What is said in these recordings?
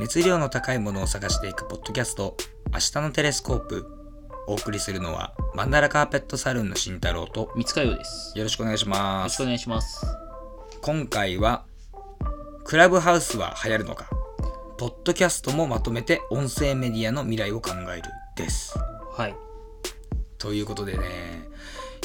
熱量の高いものを探していくポッドキャスト「明日のテレスコープ」お送りするのはマンダラカーペットサルーンの慎太郎と三塚洋です。よよろしくお願いしまろしくすお願いします。今回は「クラブハウスは流行るのか」「ポッドキャストもまとめて音声メディアの未来を考える」ですはい。ということでね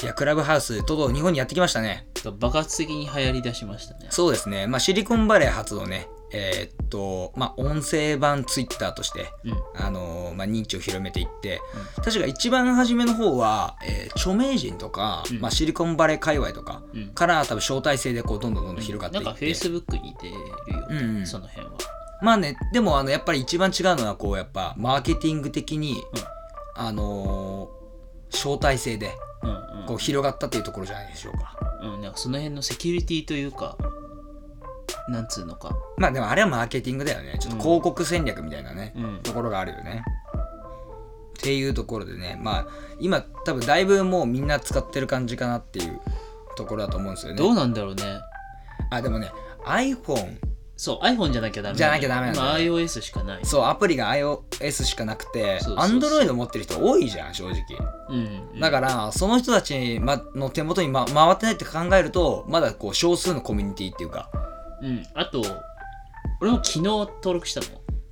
いやクラブハウスとうとう日本にやってきましたね爆発的に流行り出しましたね。そうですね、まあ、シリコンバレー初のね、えーっと、まあ、音声版ツイッターとして、うん。あのーまあ、認知を広めていって、確か一番初めの方は、えー著名人とか、うんまあ、シリコンバレー界隈とかうんから多分招待制でこうどんどんどんどん広がっていなんかって、 Facebook に出るよ、ねうんうんその辺は。まあねでもあのやっぱり一番違うのはこうやっぱマーケティング的に、うんあのー招待制でうんうん。こう広がったっていうところじゃないでしょうか。うん、なんかその辺のセキュリティというか、なんつうのか。まあでもあれはマーケティングだよね。ちょっと広告戦略みたいなね。うん。ところがあるよね。っていうところでねまあ今多分だいぶもうみんな使ってる感じかなっていうところだと思うんですよどね。うなんだろうね。あでもね iPhone そう、iPhone じゃなきゃダメじゃなきゃダメなんだ今 iOS しかない。そうアプリが iOS しかなくてそうそうそう Android 持ってる人多いじゃん正直。うん、うん。だからその人たち、ま、の手元に、ま、回ってないって考えるとまだこう少数のコミュニティっていうか。うん。あと、俺も昨日登録したの。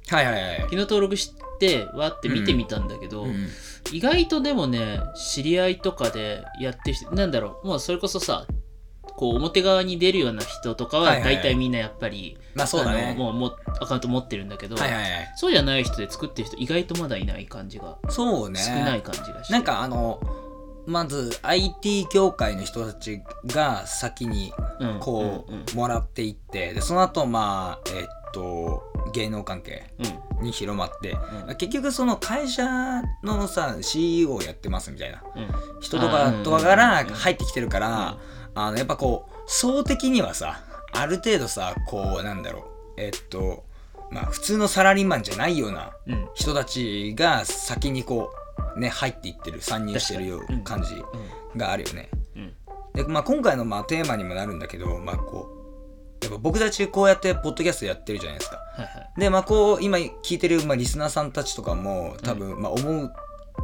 はいはいはい。昨日登録して、わーって見てみたんだけど、うん意外とでもね知り合いとかでやってる人なんだろうもうそれこそさこう表側に出るような人とかははいはいはい大体みんなやっぱり、まあそうだあのね。もうもうアカウント持ってるんだけど、はいはいはい。そうじゃない人で作ってる人意外とまだいない感じが、そうね。少ない感じがしてなんかあのまず IT 業界の人たちが先にうんこうんうんうもらっていってでその後まあえっと芸能関係うに広まってんうん結局その会社のさ CEO をやってますみたいなうん人とかあーとかからうんうんうん入ってきてるからあのやっぱこう層的にはさある程度さこうなんだろうえっとまあ普通のサラリーマンじゃないようなうん人たちが先にこうね入っていってる参入してるよ確かにうん感じがあるよね。うんで、まあ、今回のまあテーマにもなるんだけど、まあ、こうやっぱ僕たちこうやってポッドキャストやってるじゃないですか。はいはいで、まあ、こう今聞いてるまあリスナーさんたちとかも多分まあ思う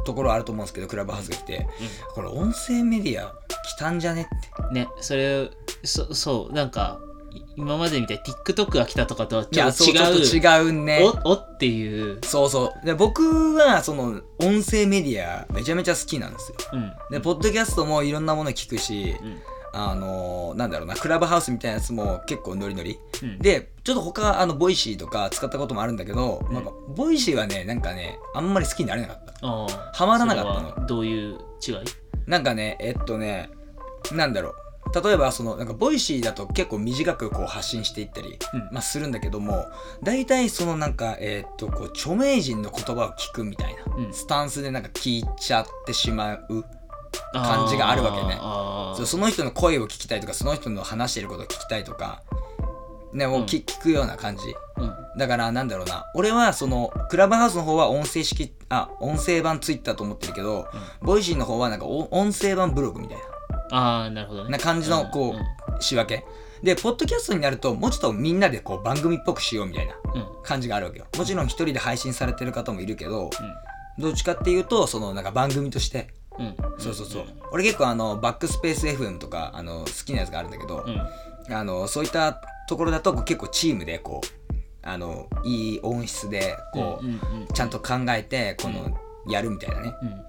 ところあると思うんですけどクラブハウスが来てこれ音声メディア来たんじゃねって。うんねそれそそうなんかい今までみたいに TikTok が来たとかとはちいょやっとそうちょっと違う違うね。おおっていう、そうそう。で僕はその音声メディアめちゃめちゃ好きなんですよ。うんで、ポッドキャストもいろんなもの聞くし、うんあのーなんだろうな、クラブハウスみたいなやつも結構ノリノリ。うん、で、ちょっと他、あの、ボイシーとか使ったこともあるんだけど、うんなんか、ボイシーはね、なんかね、あんまり好きになれなかった。ああハマらなかったのそれはどういう違いなんかね、えっとね、なんだろう。例えば、その、なんか、ボイシーだと結構短くこう発信していったり、うんまあ、するんだけども、大体そのなんか、えっと、こう、著名人の言葉を聞くみたいな、うんスタンスでなんか聞いちゃってしまう。感じがあるわけねあーそうその人の声を聞きたいとかその人の話してることを聞きたいとか、ねうをん聞聞くような感じうんだからなんだろうな俺はそのクラブハウスの方は音声式あ音声版ツイッターと思ってるけど、ボイシーの方はなんかお音声版ブログみたいあーなるほどねな感じのこう、仕分けでポッドキャストになるともうちょっとみんなでこう番組っぽくしようみたいなうんうん感じがあるわけよもちろん一人で配信されてる方もいるけどどっちかっていうとそのなんか番組としてうんうんそうそうそう、俺結構あのバックスペース FM とかあの好きなやつがあるんだけど、うんうんあのそういったところだとこう結構チームでこうあのいい音質でこう、うんうんちゃんと考えてこの、やるみたいなねうんっ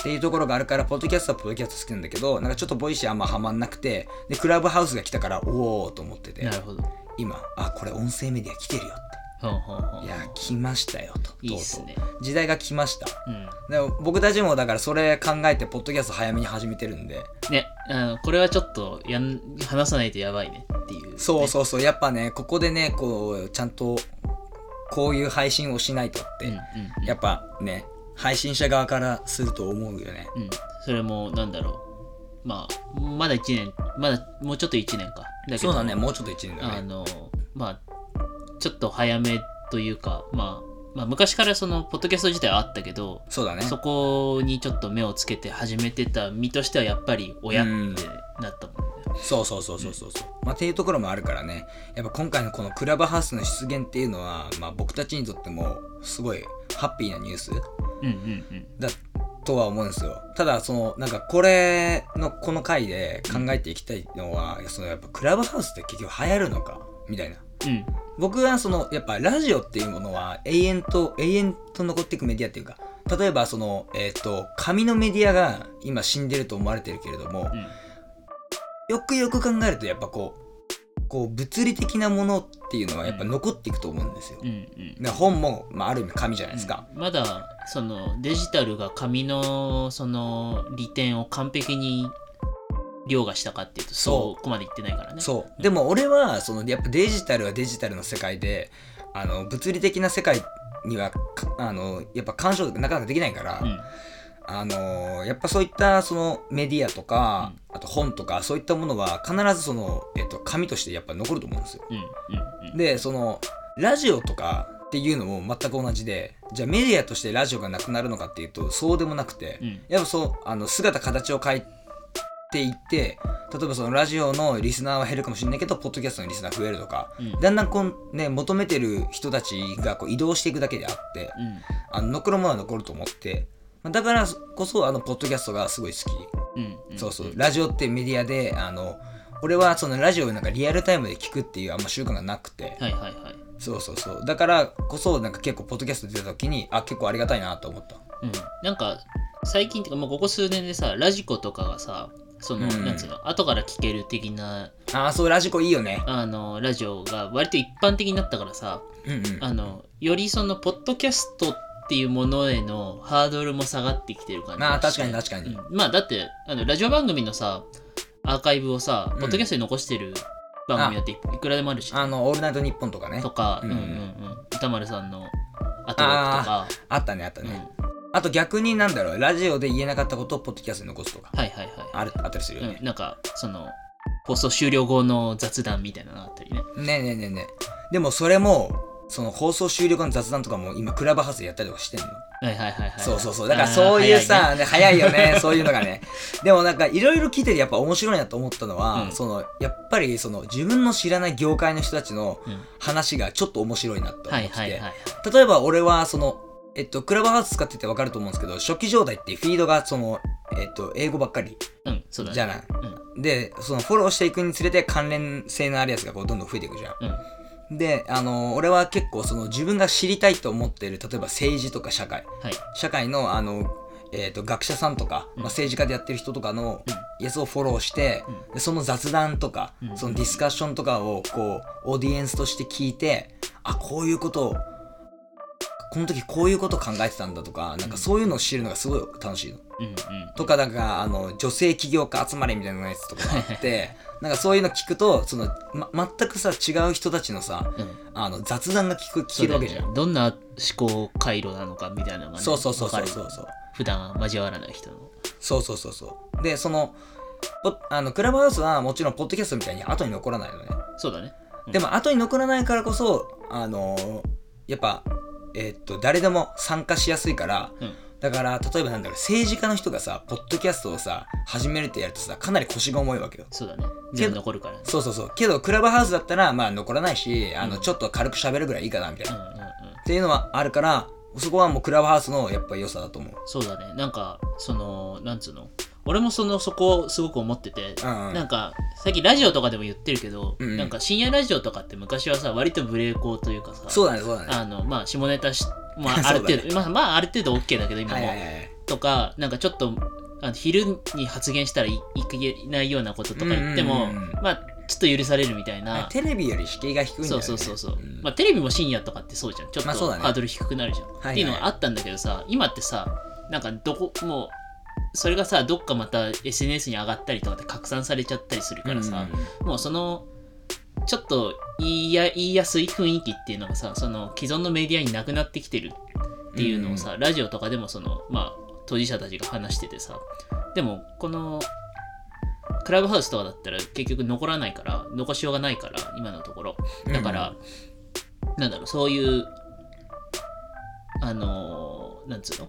ていうところがあるからポッドキャストはポッドキャスト好きなんだけどなんかちょっとボイシーあんまハマんなくてでクラブハウスが来たからおおと思っててなるほど今あこれ音声メディア来てるよほんほんほっんていや来ましたよといいっとすうとねう時代が来ましたうんでも僕たちもだからそれ考えてポッドキャスト早めに始めてるんでねあのこれはちょっとやん話さないとやばいねっていうそうそうそうやっぱねここでねこうちゃんとこういう配信をしないとって、うんうんうんやっぱね、配信者側からすると思うよね。うんそれもなんだろうまあまだ1年まだもうちょっと1年かだけそうどだね、もうちょっと1年だあね。のまあちょっと早めというか、まあ、まあ昔からそのポッドキャスト自体はあったけど、そうだね。そこにちょっと目をつけて始めてた身としてはやっぱり親ってうんなったもんね、そうそうそうそうそうそう、まあっていうところもあるからねやっぱ今回のこのクラブハウスの出現っていうのは、まあ、僕たちにとってもすごいハッピーなニュースうんうんうんだとは思うんですよただそのなんかこれのこの回で考えていきたいのはそのやっぱクラブハウスって結局流行るのかみたいなうん僕はそのやっぱラジオっていうものは永遠と永遠と残っていくメディアっていうか例えばそのえっ、と紙のメディアが今死んでると思われてるけれども、うんよくよく考えるとやっぱこうこう物理的なものっていうのはやっぱ残っていくと思うんですよ。うんうんで本も、まあ、ある意味紙じゃないですか。うんまだそのデジタルが紙のその利点を完璧に凌駕したかっていうとそうそこまでいってないからねそうでも俺はそのやっぱデジタルはデジタルの世界であの物理的な世界にはかあのやっぱ干渉なかなかできないから、うんあのやっぱそういったそのメディアとか、あと本とかそういったものは必ずその、えっと、紙としてやっぱ残ると思うんですよ。うんうんうんでそのラジオとかっていうのも全く同じでじゃあメディアとしてラジオがなくなるのかっていうとそうでもなくて、うんやっぱそうあの姿形を変えていって例えばそのラジオのリスナーは減るかもしれないけどポッドキャストのリスナー増えるとかうんだんだんこう、ね、求めてる人たちがこう移動していくだけであってあの残るものは残ると思って。まあだからこそあのポッドキャストがすごい好き、うんうんそうそうラジオっていうメディアであの俺はそのラジオをなんかリアルタイムで聞くっていうあんま習慣がなくて、はいはいはいそうそうそうだからこそなんか結構ポッドキャスト出た時にあ結構ありがたいなと思ったうんなんか最近っていうかもうここ数年でさラジコとかがさその、うんなんつうの後から聞ける的なあーそうラジコいいよねあのラジオが割と一般的になったからさうんうんあのよりそのポッドキャストっていうものへのハードルも下がってきてる感じあーがし確てかに確かに、うんまあだってあのラジオ番組のさアーカイブをさうんポッドキャストに残してる番組だっていいくらでもあるしあの「オールナイトニッポン」とかねとか、ううんんうんうん、歌丸さんのアトロックとか、あったねあったうん、ね、はあと逆になんだろうラジオで言えなかったことをポッドキャストに残すとかいはいはいあるあったりするよね、うん、なんかその放送終了後の雑談みたいなのがあったりねねえねえねえねえでもそれもその放送終了後の雑談とかも今クラブハウスでやったりとかしてんの、はいはいはいはいそうそうそうだからそういうさね早い,、よ ねそういうのがねでもなんかいろいろ聞いててやっぱ面白いなと思ったのは、うんそのやっぱりその自分の知らない業界の人たちのうん話がちょっと面白いなと思はっていて、はいはいはい例えば俺はそのえっとクラブハウス使ってて分かると思うんですけど初期状態ってフィードがそのえっと英語ばっかりうんそうだねじゃない、でそのフォローしていくにつれて関連性のあるやつがこうどんどん増えていくじゃんうんであの俺は結構その自分が知りたいと思っている例えば政治とか社会はい社会のあの、えー、と学者さんとか、うんまあ、政治家でやってる人とかのやつをフォローして、うでその雑談とか、うんそのディスカッションとかをこうオーディエンスとして聞いてあこういうことをこの時こういうこと考えてたんだとかなんかそういうのを知るのがすごい楽しいの。うんうんとかなんかあの女性起業家集まれみたいなやつとかがあって なんかそういうの聞くとその、ま、全くさ違う人たちのさうんあの雑談が聞く聞そけるうだよわねけじゃん。どんな思考回路なのかみたいなのが、ね、そうそうそうそうわかるそうそう。普段交わらない人のそうそうそうそう。で、その、ポあのクラブハウスはもちろん、ポッドキャストみたいに後に残らないのね。そうだねうんでも、後に残らないからこそ、あのーやっぱ、えーっと、誰でも参加しやすいから、うんだから、例えばなんだろう、政治家の人がさ、ポッドキャストをさ、始めるってやるとさ、かなり腰が重いわけよ。そうだね全部残るからねそうそうそう。けど、クラブハウスだったら、まあ、残らないし、あの、うんちょっと軽く喋るぐらいいいかな、みたいな。うんっうんうんていうのはあるから、そこはもうクラブハウスのやっぱ良さだと思う。そうだねなんかそのなんつうの俺もそのそこをすごく思ってて、うんうんなんか最近ラジオとかでも言ってるけど、うんうんなんか深夜ラジオとかって昔はさ割と無礼講というかさそうだね、そうだね。あのまあ下ネタし、ま そうだあ、あねる程度、まあまあある程度 OK だけど今も、はいはいはい。とかなんかちょっとあの昼に発言したらいいけないようなこととか言っても、うんうんうんまあちょっと許されるみたいなテレビより敷居が低いんだよそうね。そうそうそう、んまあテレビも深夜とかってそうじゃんちょっまあそうとだねハードル低くなるじゃん、はいっていうのがあったんだけどさ今ってさなんかどこもうそれがさどっかまた SNS に上がったりとかって拡散されちゃったりするからさ、もうそのちょっと言いや言いやすい雰囲気っていうのがさその既存のメディアになくなってきてるっていうのをさ、ラジオとかでもそのまあ当事者たちが話しててさでもこのクラブハウスとかだったら結局残らないから残しようがないから今のところうんだから、なんだろうそういうあのーなんつうの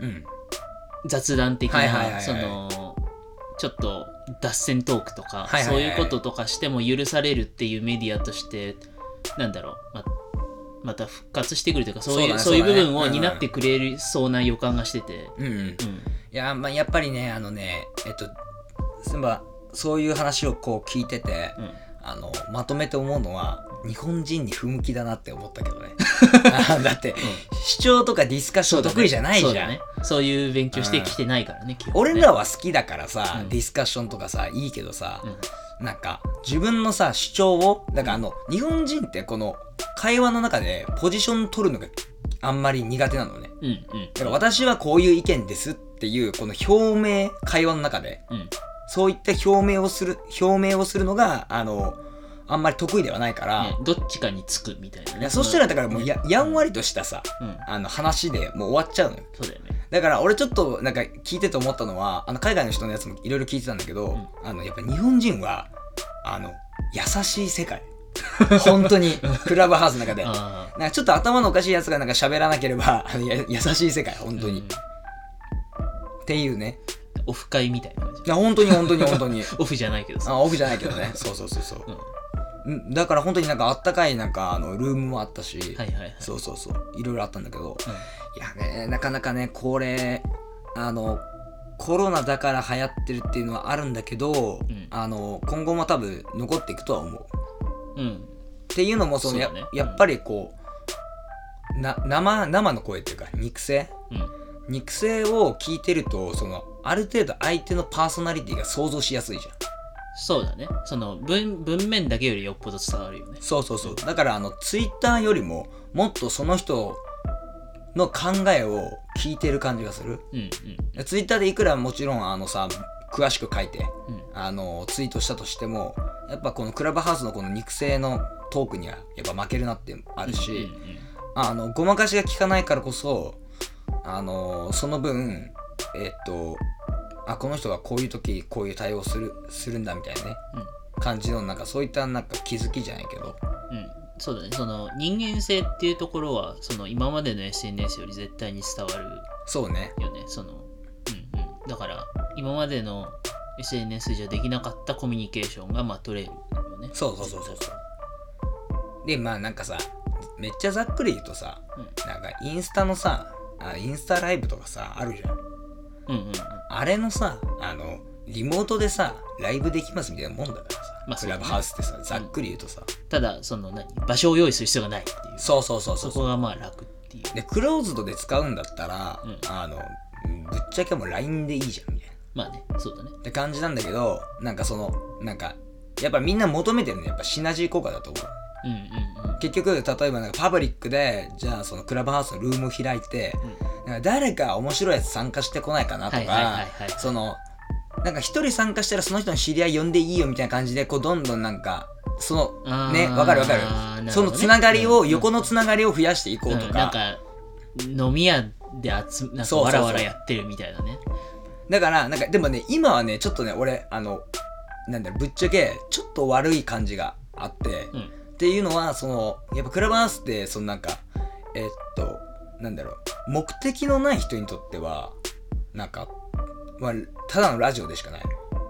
うん、雑談的はいはいはいはないそのちょっと脱線トークとか、はいはいはいそういうこととかしても許されるっていうメディアとしてなんだろうままた復活してくるというかそういうそそう,、うだねいうそう部分だねうをんうん担ってくれそうな予感がしてて、うんうんうんいやまあやっぱりねあのねえっとすまあそういう話をこう聞いてて、うんあのまとめて思うのは日本人に不向きだなって思ったけど ね あだって、主張とかディスカッション得意じゃないじゃそうだん、ねそういう勉強してきてないからね、基本ね俺らは好きだからさ、うんディスカッションとかさいいけどさ、うんなんか自分のさ主張をだからあの日本人ってこの会話の中でポジション取るのがあんまり苦手なのねうんうんだから私はこういう意見ですっていうこの表明会話の中でうんそういった表明をする表明をするのがあのあんまり得意ではないから、ねどっちかにつくみたいないねやそしたらだからもうややんわりとしたさうんあの話でもう終わっちゃうのよそうだよねだから俺ちょっとなんか聞いてて思ったのはあの海外の人のやつもいろいろ聞いてたんだけど、あのやっぱ日本人はあの優しい世界本当 にクラブハウスの中でなんあかちょっと頭のおかしいやつがなんか喋らなければ あのや優しい世界本ー当に、うんっていうねオフ会みたいな感じいや本当に本当に本当 にオフじゃないけどさ、あオフじゃないけどねそうそうそうそううん、はんだから本当になんかあったかいなんかあのルームもあったし、いはいはいそうそうそういろいろあったんだけど、いやねなかなかねこれあのコロナだから流行ってるっていうのはあるんだけど、うんあの今後も多分残っていくとは思う。うん、うんっていうのもそのやそうだねやっぱりこうな生生の声っていうか肉声うん肉声を聞いてるとそのある程度相手のパーソナリティが想像しやすいじゃん。そうだねその文文面だけよりよっぽど伝わるよねそうそうそうだからあのツイッターよりももっとその人の考えを聞いてる感じがするうんツイッターでいくらもちろんあのさ詳しく書いてうんうんあのツイートしたとしてもやっぱこのクラブハウスのこの肉声のトークにはやっぱ負けるなってあるし、うんうんあのごまかしが効かないからこそあのその分えっとあこの人がこういう時こういう対応するするんだみたいなねうん感じのなんかそういったなんか気づきじゃないけどうんうんそうだねその人間性っていうところはその今までの SNS より絶対に伝わるそうねよねそのうんうんだから今までの SNS じゃできなかったコミュニケーションがまあ取れるよねそうそうそうそうそうでまあなんかさめっちゃざっくり言うとさなんかインスタのさあインスタライブとかさあるじゃんうんうんうんうんあれのさあのリモートでさライブできますみたいなもんだからさ、まあクラブそうだねハウスってさざっくり言うとさ、ただその何場所を用意する必要がないっていうそうそうそうそうそこがまあ楽っていうでクローズドで使うんだったら、うんあのぶっちゃけもう LINE でいいじゃんみたいなまあねそうだねって感じなんだけどなんかそのなんかやっぱみんな求めてるのはやっぱシナジー効果だと思ううんうんうん結局例えばなんかパブリックでじゃあそのクラブハウスのルームを開いて、うんなんか誰か面白いやつ参加してこないかなとはいはいはかいはいそのなんか一人参加したらその人の知り合い呼んでいいよみたいな感じでこうどんどんなんかそのねあーわかるわかるなほどねそのつながりをうん横のつながりを増やしていこううとんなかんか飲み屋で集めなんかそうそうそうわらわらやってるみたいなねだからなんかでもね今はねちょっとね俺あのなんだろうぶっちゃけちょっと悪い感じがあってうっていうのはそのやっぱクラブハウスってそのなんかえっとなんだろう目的のない人にとってはなんか、まあ、ただのラジオでしかないん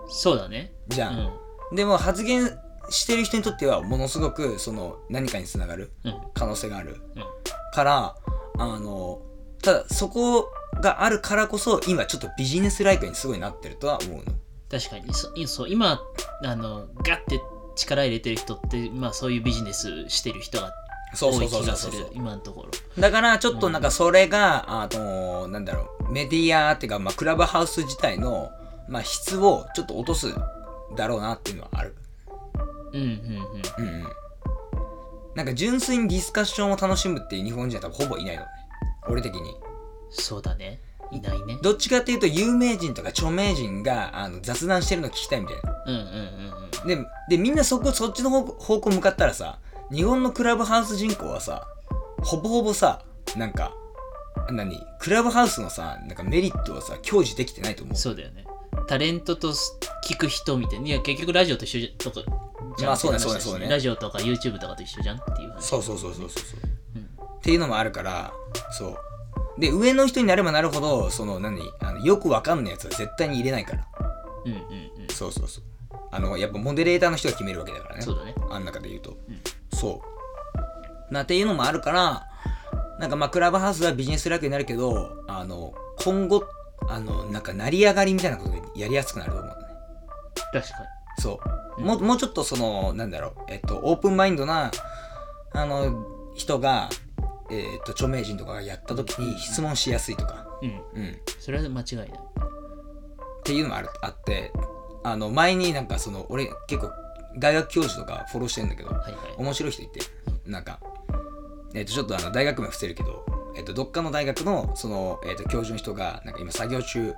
そうだねじうゃん、んでも発言してる人にとってはものすごくその何かにつながるうん可能性がある、うんからあのただそこがあるからこそ今ちょっとビジネスライクにすごいなってるとは思うの確かにそいそう今あのガッて力入れてる人ってまあそういうビジネスしてる人がそう多そいうそう気そうがすそうる今のところだからちょっとなんかそれが、あのなんだろうメディアっていうか、まあ、クラブハウス自体の、まあ、質をちょっと落とすだろうなっていうのはあるうんうんうんうんうんなんか純粋にディスカッションを楽しむっていう日本人は多分ほぼいないのね俺的にそうだねいないねどっちかっていうと有名人とか著名人があの雑談してるの聞きたいみたいなうんうんうんうんででみんなそこそっちの方向方向向かったらさ日本のクラブハウス人口はさほぼほぼさなんか何クラブハウスのさなんかメリットをさ享受できてないと思うそうだよねタレントとす聞く人みたいないや結局ラジオと一緒じゃとかじゃんまあそうねって話だしそうねそうねラジオとか YouTube とかと一緒じゃんっていう話そうそうそうそうそうそううんっていうのもあるからそうで上の人になればなるほどその何あのよくわかんないやつは絶対に入れないからうんうんうんそうそうそうあのやっぱモデレーターの人が決めるわけだからねそうだねあん中で言うと、うんそうなっていうのもあるからなんかまあクラブハウスはビジネスライクになるけどあの今後あのなんか成り上がりみたいなことがやりやすくなると思うのね確かそう、うんもうもうちょっとそのなんだろうえっとオープンマインドなあの人がえっと著名人とかがやった時に質問しやすいとか、にううんん、それは間違いないっていうのもあるあってあの前になんかその俺結構大学教授とかフォローしてんだけどはいはい面白い人いてなんか、えっとちょっとあの大学名伏せるけど、えっとどっかの大学のその、えっと教授の人がなんか今作業中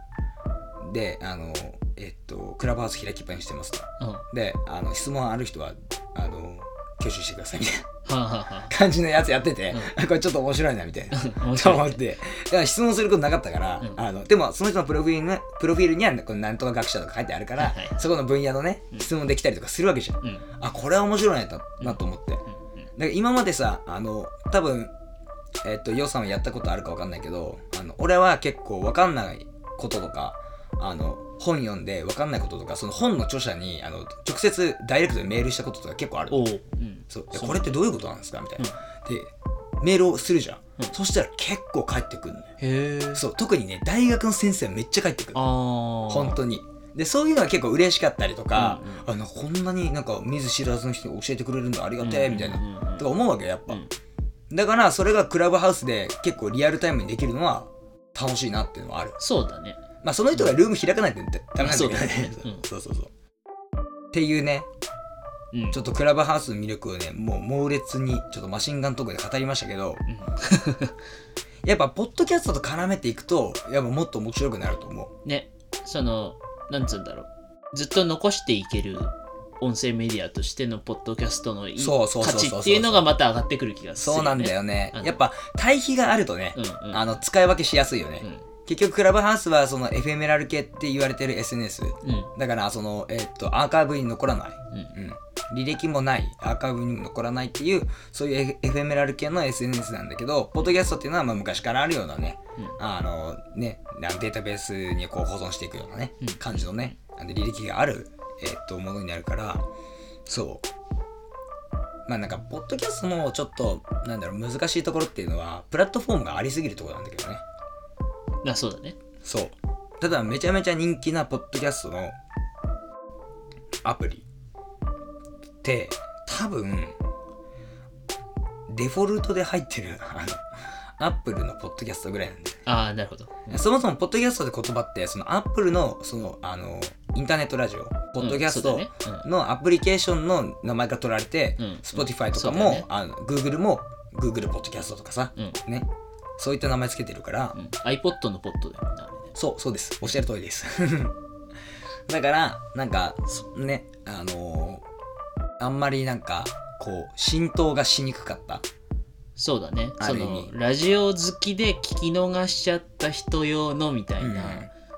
であの、えっとクラブハウス開きっぱにしてますとうんはであの質問ある人はあの挙手してくださいみたいなあはあ感じのやつやってて、これちょっと面白いなみたいな。 はあ面と白い思ってだから質問することなかったから、うんあのでもその人のプロフィール,、ね、プロフィールにはこのなんとか学者とか書いてあるから、はいはいそこの分野のねうん質問できたりとかするわけじゃん、うんうんあこれは面白いなとなと思って、うんだから今までさあの多分えっとヨウさんはやったことあるか分かんないけどあの俺は結構分かんないこととかあの本読んで分かんないこととかその本の著者にあの直接ダイレクトでメールしたこととか結構あるおううんそうそうこれってどういうことなんですかみたいな、うんでメールをするじゃん、うんそしたら結構返ってくるのよへえそう特にね大学の先生はめっちゃ返ってくるああ本当にでそういうのは結構嬉しかったりとか,、うあなんかこんなになんか見ず知らずの人に教えてくれるんだありがてえみたいな、なとか思うわけよやっぱ、うんだからそれがクラブハウスで結構リアルタイムにできるのは楽しいなっていうのはあるそうだねまあその人がルーム開かないとダメなんだけどねそうだねそうそうそうっていうねうんちょっっとクラブハウスの魅力をねもう猛烈にちょっとマシンガントークで語りましたけどやっぱポッドキャストと絡めていくとやっぱもっと面白くなると思うねそのなんつうんだろうずっと残していける音声メディアとしてのポッドキャストのいいそうそうそう価そうそう値っていうのがまた上がってくる気がするそうなんだよよねあのやっぱ対比があるとね、ねうんうんあの使い分けしやすいよね、結局クラブハウスはそのエフェメラル系って言われてる SNS うんうんだからそのえっとアーカイブに残らない、うんうん、履歴もないアーカイブにも残らないっていうそういうエエフェメラル系の SNS なんだけどポッドキャストっていうのはまあ昔からあるようなねうんあのね、なんデータベースにこう保存していくようなね、うん感じのね、あの履歴がある、えーっと、ものになるから、そう。まあなんか、ポッドキャストもちょっと、なんだろう、難しいところっていうのは、プラットフォームがありすぎるところなんだけどね。あそうだねそう。ただ、めちゃめちゃ人気なポッドキャストのアプリって、多分、デフォルトで入ってる、あの、アップルのポッドキャストぐらいなんだよねああなるほどそもそも、ポッドキャストって言葉って、そのアップルの、その、あの、インターネットラジオ、ポッドキャスうトんそうだねのアプリケーションの名前が取られてうん、 Spotify とかそうだねも、あの Google も、Google ポッドキャストとかさう、んうんね、そういった名前つけてるからう、ん iPod のポッドだよねあれねそう、そうです。おっしゃる通りです。 だから、なんか、そね、あのーあんまりなんか、こう、浸透がしにくかった。そうだねあそる意の味ラジオ好きで聞き逃しちゃった人用のみたいうな、ん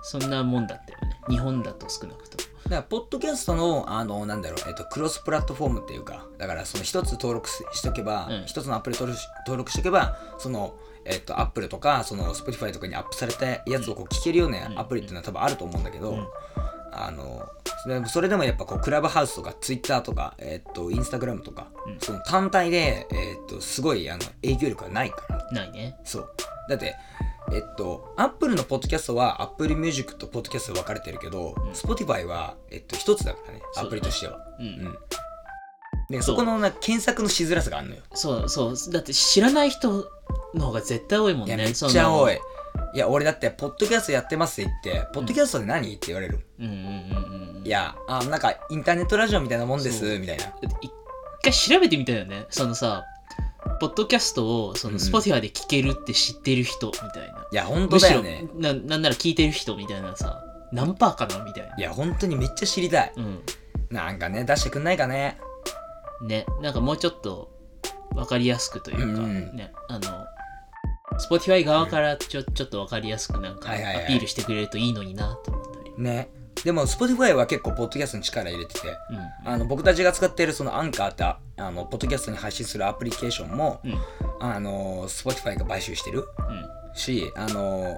そんなもんだったよね日本だと少なくともだから、ポッドキャストの、あの、なんだろう、えっと、クロスプラットフォームっていうか、だから、その一つ登録ししとけばうん、一、つのアプリ登録し登録しとけば、その、えっと、アップルとか、その、Spotify とかにアップされたやつをこう聞けるよううんなアプリっていうのは多分あると思うんだけど、うんあの、それそれでもやっぱこう、クラブハウスとか、Twitter とか、えっと、Instagram とか、うんその単体で、えっと、すごい、あの、影響力がないから、ないねそう。だって、えっと、アップルのポッドキャストは、アップルミュージックとポッドキャストで分かれてるけど、ん Spotify は、えっと、一つだからね、そうだアねプリとしては。うん、うん。で、そそうこのな検索のしづらさがあるのよ。そうそうだって知らない人の方が絶対多いもんいねや、めっそのちゃ多い。いや、俺だって、ポッドキャストやってますって言って、ポッドキャストで何って言われる。うんうんうんうんいや、あ、なんか、インターネットラジオみたいなもんでそす、みたいな。だって一回調べてみたよねそのさポッドキャストをそうんの Spotify で聞けるって知ってる人みたいな、いや、本当むしだろよね。ななんなら聞いてる人みたいなさ何パーかなみたいないや、本当にめっちゃ知りたい。うなんかね、出してくんないかね。んねなんかもうちょっと分かりやすくというか、うんうんねあの Spotify 側からちょちょっと分かりやすくなんかアはいはいはいピールしてくれるといいのになと思ったり、ね。でも、Spotify は結構、ポッドキャストに力入れてて。うんあの僕たちが使っているそのアンカーってああのポッドキャストに配信するアプリケーションも、うんあの Spotify が買収してるうんしあの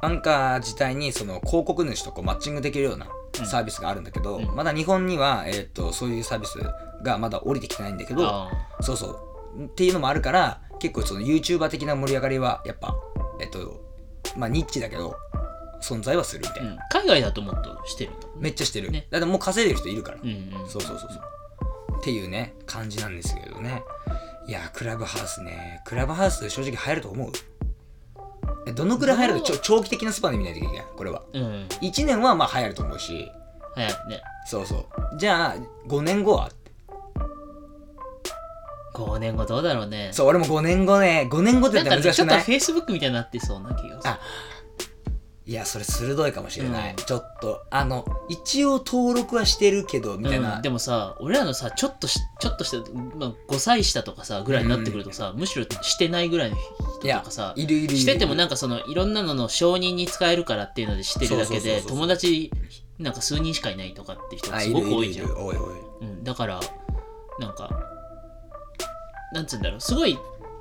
アンカー自体にその広告主とこうマッチングできるようなううんサービスがあるんだけど、うんまだ日本には、えーっとそういうサービスがまだ降りてきてないんだけどあそうそうっていうのもあるから結構その YouTuber 的な盛り上がりはやっぱえっとまあニッチだけど存在はするみたーいうな、ん、海外だともっとしてるんだもんめねっちゃしてる、ねだってもう稼いでる人いるから、うんうんそうそうそうそうっていうね感じなんですけどねいやークラブハウスねクラブハウス正直入ると思うえどのくらい入るかちょ長期的なスパンで見ないといけないこれはうんうん1年はまあ流行ると思うし流行るねそうそうじゃあ5年後は5年後どうだろうねそう俺も5年後ね5年後ってな言んったからね難ちしょくっとないフェイスブックみたいになってそうな気がするあいやそれ鋭いかもしれない、うんちょっとあの一応登録はしてるけどみたいな、うん、でもさ俺らのさちょっとしちょっとした、まあ、5歳下とかさぐらいになってくるとさ、むしろしてないぐらいのい人やとかさいるいるいるしててもなんかそのいろんなのの承認に使えるからっていうのでしてるだそけうそうそうそでうそう友達なんか数人しかいないとかって人があすいごるくい多るいいじゃんるおいおいうん、だからなんかなんつうんだろうすごい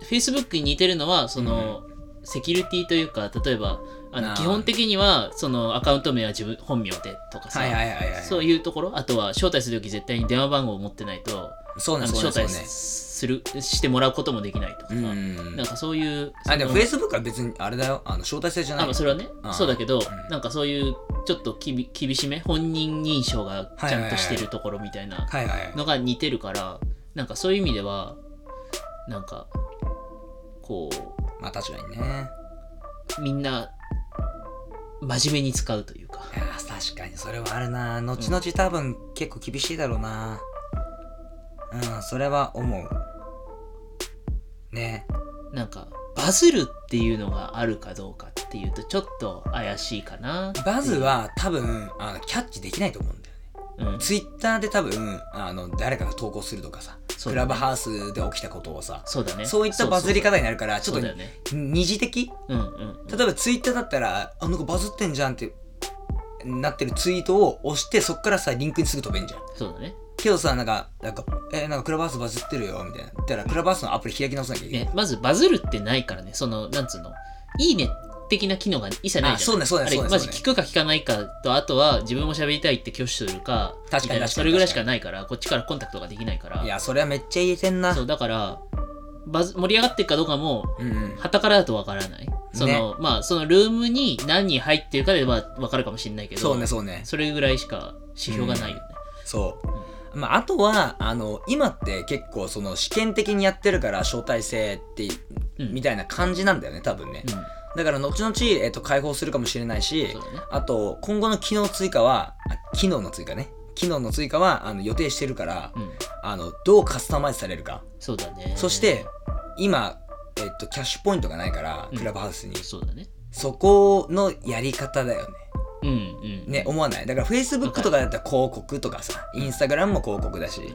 Facebook に似てるのはその、セキュリティというか例えばあのあー基本的にはそのアカウント名は自分本名でとかさ、はいはいはいはいそういうところあとは招待するとき絶対に電話番号を持ってないとそうあなのんそうな招んそう待ねするしてもらうこともできないとかさ、うんなんかそういうあでもその Facebook は別にあれだよあの招待制じゃなあいまあそれはねうんそうだけど、うんなんかそういうちょっときび厳しめ本人認証がちゃんとしてるところみたいなはいはいのが似てるからなんかそういう意味ではなんかこまあ確かにねうみんな真面目に使うというかいやー確かにそれはあるな後々多分結構厳しいだろうなうん、それは思うねなんかバズるっていうのがあるかどうかっていうとちょっと怪しいかなバズは多分あのキャッチできないと思うんだよねうんツイッターで多分あの誰かが投稿するとかさ、そうクだラねブハウスで起きたことをさそうだねそういったバズりが方になるからちょっそとうだよね二次的うんうん例えばツイッターだったら「あなんかバズってんじゃん」ってなってるツイートを押してそっからさリンクにすぐ飛べんじゃんそうだねけどさなんかなんか「えなんかクラブハウスバズってるよ」みたいなだからクラブハウスのアプリ開き直さなきゃいけない、ねまずバズるってないからねそのなんつうのいいね的な機能が一切ないあじゃそんうねそうあねれそうねマそジうね聞くか聞かないかとあとは自分も喋りたいって挙手するか確かにみたいな確かにそれぐらいしかないからこっちからコンタクトができないからいやそれはめっちゃ言えてんなそううだからバズ盛り上がってるかどうかもんうんはたからだとわからないその、まあそのルームに何人入ってるかではわかるかもしれないけどそうねそうねそれぐらいしか指標がないよね、そう、まあ、あとはあの今って結構その試験的にやってるから招待制ってうんみたいな感じなんだよね多分ね、うんだから後々、えっと、開放するかもしれないしそうだねあと今後の機能追加はあ機能の追加ね機能の追加はあの予定してるから、うんあのどうカスタマイズされるか、そうだねそして今、えっと、キャッシュポイントがないからうんクラブハウスに、そうだねそこのやり方だよねうんうんね思わないだから Facebook とかだったら広告とかさ Instagram も広告だしね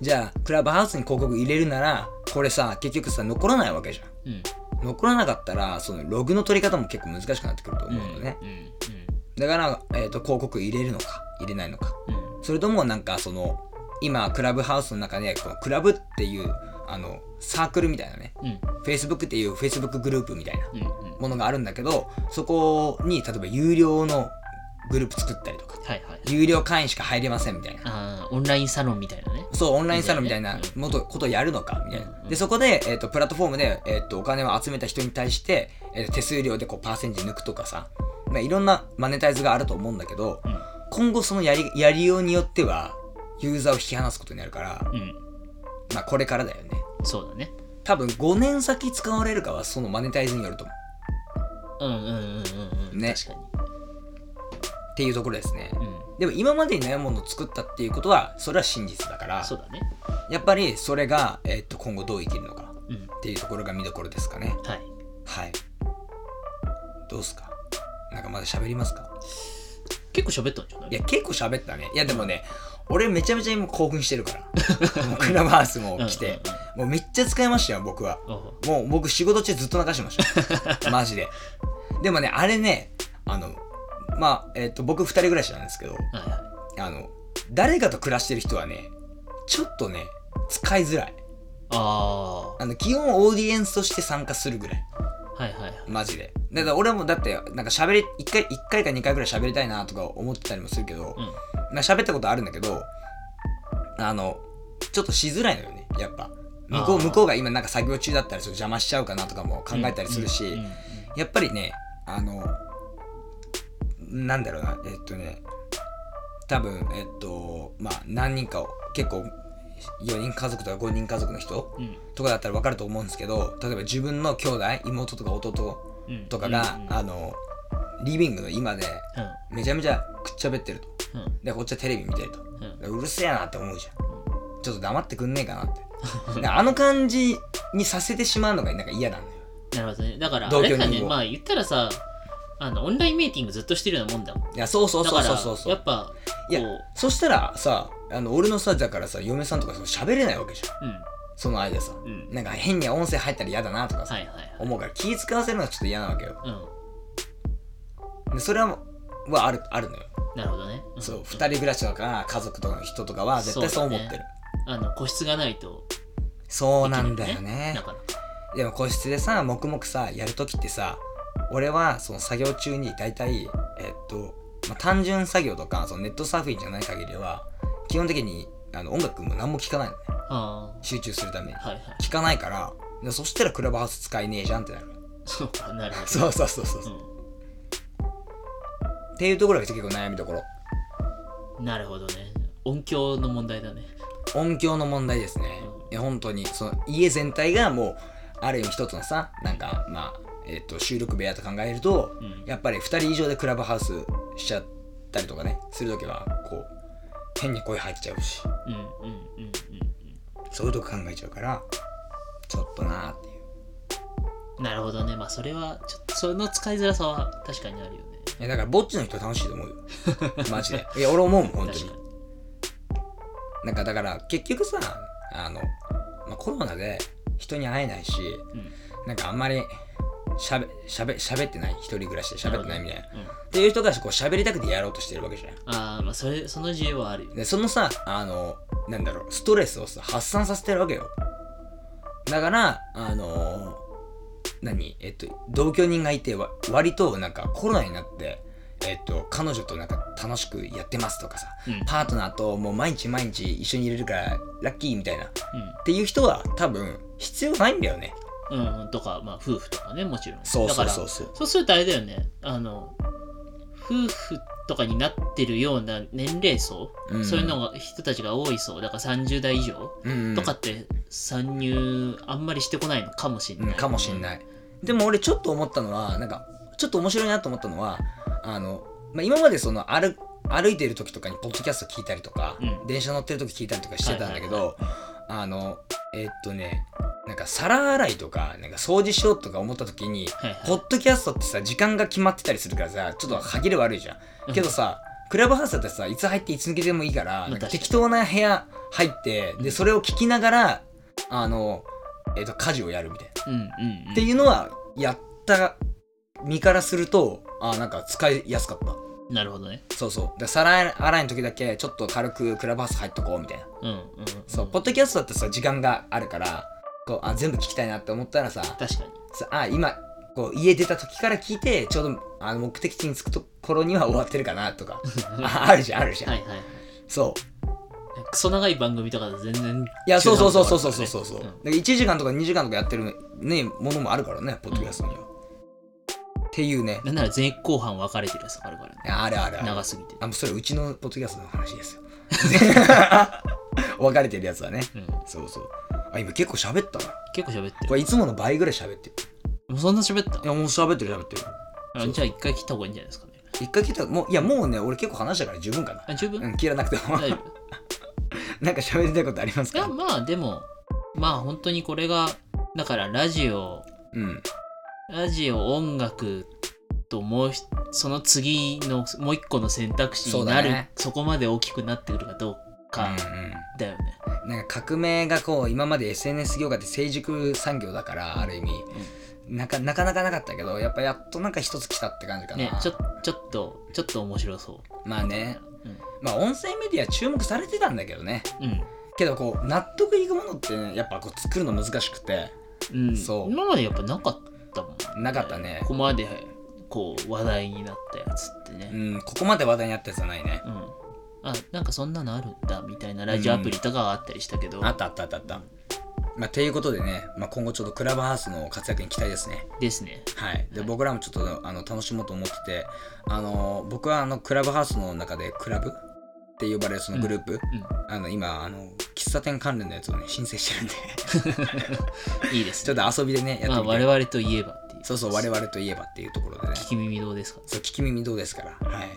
じゃあクラブハウスに広告入れるならこれさ結局さ残らないわけじゃんうん残らなかったらそのログの取り方も結構難しくなってくると思うのね、うんうんだから、えっと広告入れるのか入れないのかうんうんそれともなんかその今クラブハウスの中でこのクラブっていうあのサークルみたいなねうん Facebook っていう Facebook グループみたいなうんうんものがあるんだけどそこに例えば有料のグループ作ったりとかはいはい有料会員しか入れませんみたいなあーオンラインサロンみたいなねそうオンラインサロンみたいなみたいなもっとことをやるのかみたいうんうなんでそこで、えっとプラットフォームで、えっとお金を集めた人に対して、えっと手数料でこうパーセンテージ抜くとかさ、まあ、いろんなマネタイズがあると思うんだけどうん今後そのやりやりようによってはユーザーを引き離すことになるから、うんまあ、これからだよねそうだね多分5年先使われるかはそのマネタイズによると思ううんうんうんうんうんね確かにっていうところですねうんでも今までにないものを作ったっていうことはそれは真実だからそうだねやっぱりそれが、えっと今後どう生きるのかうんっていうところが見どころですかねはいはいどうっすかなんかまだ喋りますか結構喋ったんじゃないいや結構喋ったねいやでもね俺めちゃめちゃ今興奮してるから もうクラブハウスも来てもうめっちゃ使いましたよ僕はうんうんうんおうもう僕仕事中ずっと流してま した。マジで。でもね、あれね、あの、まあ、えっ、と、僕二人暮らしなんですけど、はいはあの、誰かと暮らしてる人はね、ちょっとね、使いづらい。いああの、基本オーディエンスとして参加するぐらい。あはいはいはいマジでだから俺もだってなんか喋り1回一回か2回ぐらい喋りたいなとか思ってたりもするけど、うんまあ喋ったことあるんだけどあのちょっとしづらいのよねやっぱ向こうあー向こうが今なんか作業中だったらちょっと邪魔しちゃうかなとかも考えたりするし、うんうんうんやっぱりねあのなんだろうなえっとね多分えっとまあ何人かを結構4人家族とか5人家族の人うんとかだったら分かると思うんですけど例えば自分の兄弟妹とか弟うんとかが、うんあのリビングの今でめちゃめちゃくっちゃべってるとうんでこっちはテレビ見てるとうんうんでうるせえなって思うじゃんちょっと黙ってくんねえかなってであの感じにさせてしまうのがなんか嫌なんだよなるほどねだからあ同居れ人だねをまあ言ったらさあのオンラインミーティングずっとしてるようなもんだもんいやそうそうだそうからそうそうそうやっぱこういやそしたらさあの俺のさだからさ嫁さんとかそう喋れないわけじゃんうんその間さうんなんか変に音声入ったら嫌だなとかさ、はいはいはい思うから気使わせるのがちょっと嫌なわけようんでそれはもうはあるあるのよ、なるほどね、んそう2人暮らしとか家族とかの人とかは絶対そう思ってるあの個室がないとそうなんだよねだからでも個室でさ黙々さやる時ってさ俺はその作業中に大体えっと、まあ、単純作業とかそのネットサーフィンじゃない限りは基本的にあの音楽も何も聴かないのねあ集中するためにあはいはい聴かないからでそしたらクラブハウス使えねえじゃんってなるそうかなるほどそうそうそうそう、っていうところが結構悩みどころうん、なるほどね音響の問題だね音響の問題ですねうんいや本当にその家全体がもうある意味一つのさなんかまあえっと収録部屋と考えるとうんやっぱり2人以上でクラブハウスしちゃったりとかねするときはこう変に声入っちゃうしうんうんうんそういうとこ考えちゃうからちょっとなーっていううんなるほどねまあそれはちょっとその使いづらさは確かにあるよねいやだからぼっちの人は楽しいと 思うよマジでいや俺思うもん本当確にかになんかだから結局さあの、まあ、コロナで人に会えないしうんなんかあんまりしゃべしゃべしゃべってない一人暮らしでしゃべってないみたいなうんっていう人がこう喋りたくてやろうとしてるわけじゃんああまあそれその自由はあるよねでそのさあのなんだろうストレスをさ発散させてるわけよだからあの何えっと同居人がいてわ割となんかコロナになってえっと彼女となんか楽しくやってますとかさうんうんパートナーともう毎日毎日一緒にいれるからラッキーみたいなっていう人は多分必要ないんだよねうんうんとかまあ夫婦とかねもちろんそうそうだそかうそうらそうするとあれだよねあの夫婦とかになってるような年齢層、うんそういうのが人たちが多いそうだから30代以上うんとかって参入あんまりしてこないのかもしれう、なんい。。かもしんないい、でも俺ちょっと思ったのはなんかちょっと面白いなと思ったのはあの、まあ、今までその歩歩いてる時とかにポッドキャスト聞いたりとか、うん電車乗ってる時聞いたりとかしてたんだけど、はいあのえーっとねなんか皿洗いとかなんか掃除しようとか思った時に、はいはいポッドキャストってさ時間が決まってたりするからさちょっと歯切れ悪いじゃんけどさ、クラブハウスだったらさいつ入っていつ抜けてもいいからあなんか確かに適当な部屋入ってうでんそれを聞きながらあの、えーっと家事をやるみたいな。うんうん、うん。っていうのはやった身からするとあなんか使いやすかったなるほどね。そうそうだから皿洗いの時だけちょっと軽くクラブハウス入っとこうみたいなうんうん、うん。そう、ポッドキャストだってさ時間があるからこうあ全部聞きたいなって思ったらさ確かに。さあ今こう家出た時から聞いてちょうどあの目的地に着くところには終わってるかなとかああるじゃんあ るじゃん、はいはいはい。そうクソ長い番組とかだと全然。いやそうそうそうそうそうそうそうそう、んだから1時間とか2時間とかやってる、ね、ものもあるからねポッドキャストには、っていうねなんなら前後半分かれてるやつとかあるからね。あるあるある長すぎて。あもうそれうちのポッドキャストの話 ですよ。分かれてるやつはね。うん、そうそう。あ今結構喋ったな。結構喋ってる。これいつもの倍ぐらい喋ってる。もうそんな喋ったいやもう喋ってる喋ってる。あじゃあ一回切った方がいいんじゃないですかね。一回聞いたもういやもうね俺結構話したから十分かな。あ十分、うん切らなくても大丈 夫なんか喋りたいことありますいやか？まあでもまあ本当にこれがだからラジオうんラジオ音楽ともうひその次のもう一個の選択肢になるそうそ,、だねこまで大きくなってくるかどううんかだよね、うん。なんか革命がこう今まで SNS 業界って成熟産業だからある意味。なんかなかなかなかったけどやっぱやっとなんか一つ来たって感じかな、ねちょちょっとちょっと面白そまあねうまあ音声メディア注目されてたんだけどねうん、けどこう納得いくものってねやっぱこう作るの難しくてうんうん、そう今までやっぱなかっったもんなかったねここまでこう話題になったやつってねうんここまで話題になったやつはないねうん、あなんかそんなのあるんだみたいなラジオアプリとかがあったりしたけど、あったあったあったあったまあ、ていうことでね、まあ、今後ちょっとクラブハウスの活躍に期待ですね。ですねはい、ではい僕らもちょっとあの楽しもうと思ってて、あの僕はあのクラブハウスの中でクラブって呼ばれるそのグループ、あの今あの喫茶店関連のやつをね申請してるんで いいですちょねっと遊びでねやまってあみて、我々といえばっていうそうそう我々といえばっていうところでね聞き耳どうですかそう聞き耳どうですからはい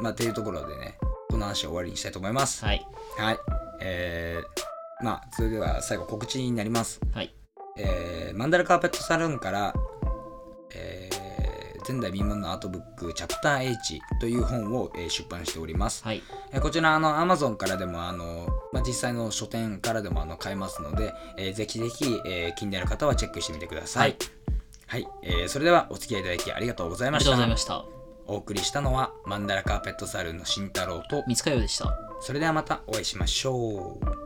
まあっていうところでねこの話を終わりにしたいと思いますはいはい。えー、まあ、それでは最後告知になります。はい。えー、マンダラカーペットサルーンから、えー、前代未聞のアートブック、チャプター H という本を、えー出版しております。はいえーこちら、あの、Amazon からでも、あの、まあ、実際の書店からでも、あの、買えますので、えーぜひぜひ、えー気になる方はチェックしてみてください。はい。えーそれでは、お付き合いいただきありがとうございあましりがとうた。ございましたお送りしたのは、マンダラカーペットサルーンの慎太郎と、三塚洋でしたそれではまたお会いしましょう。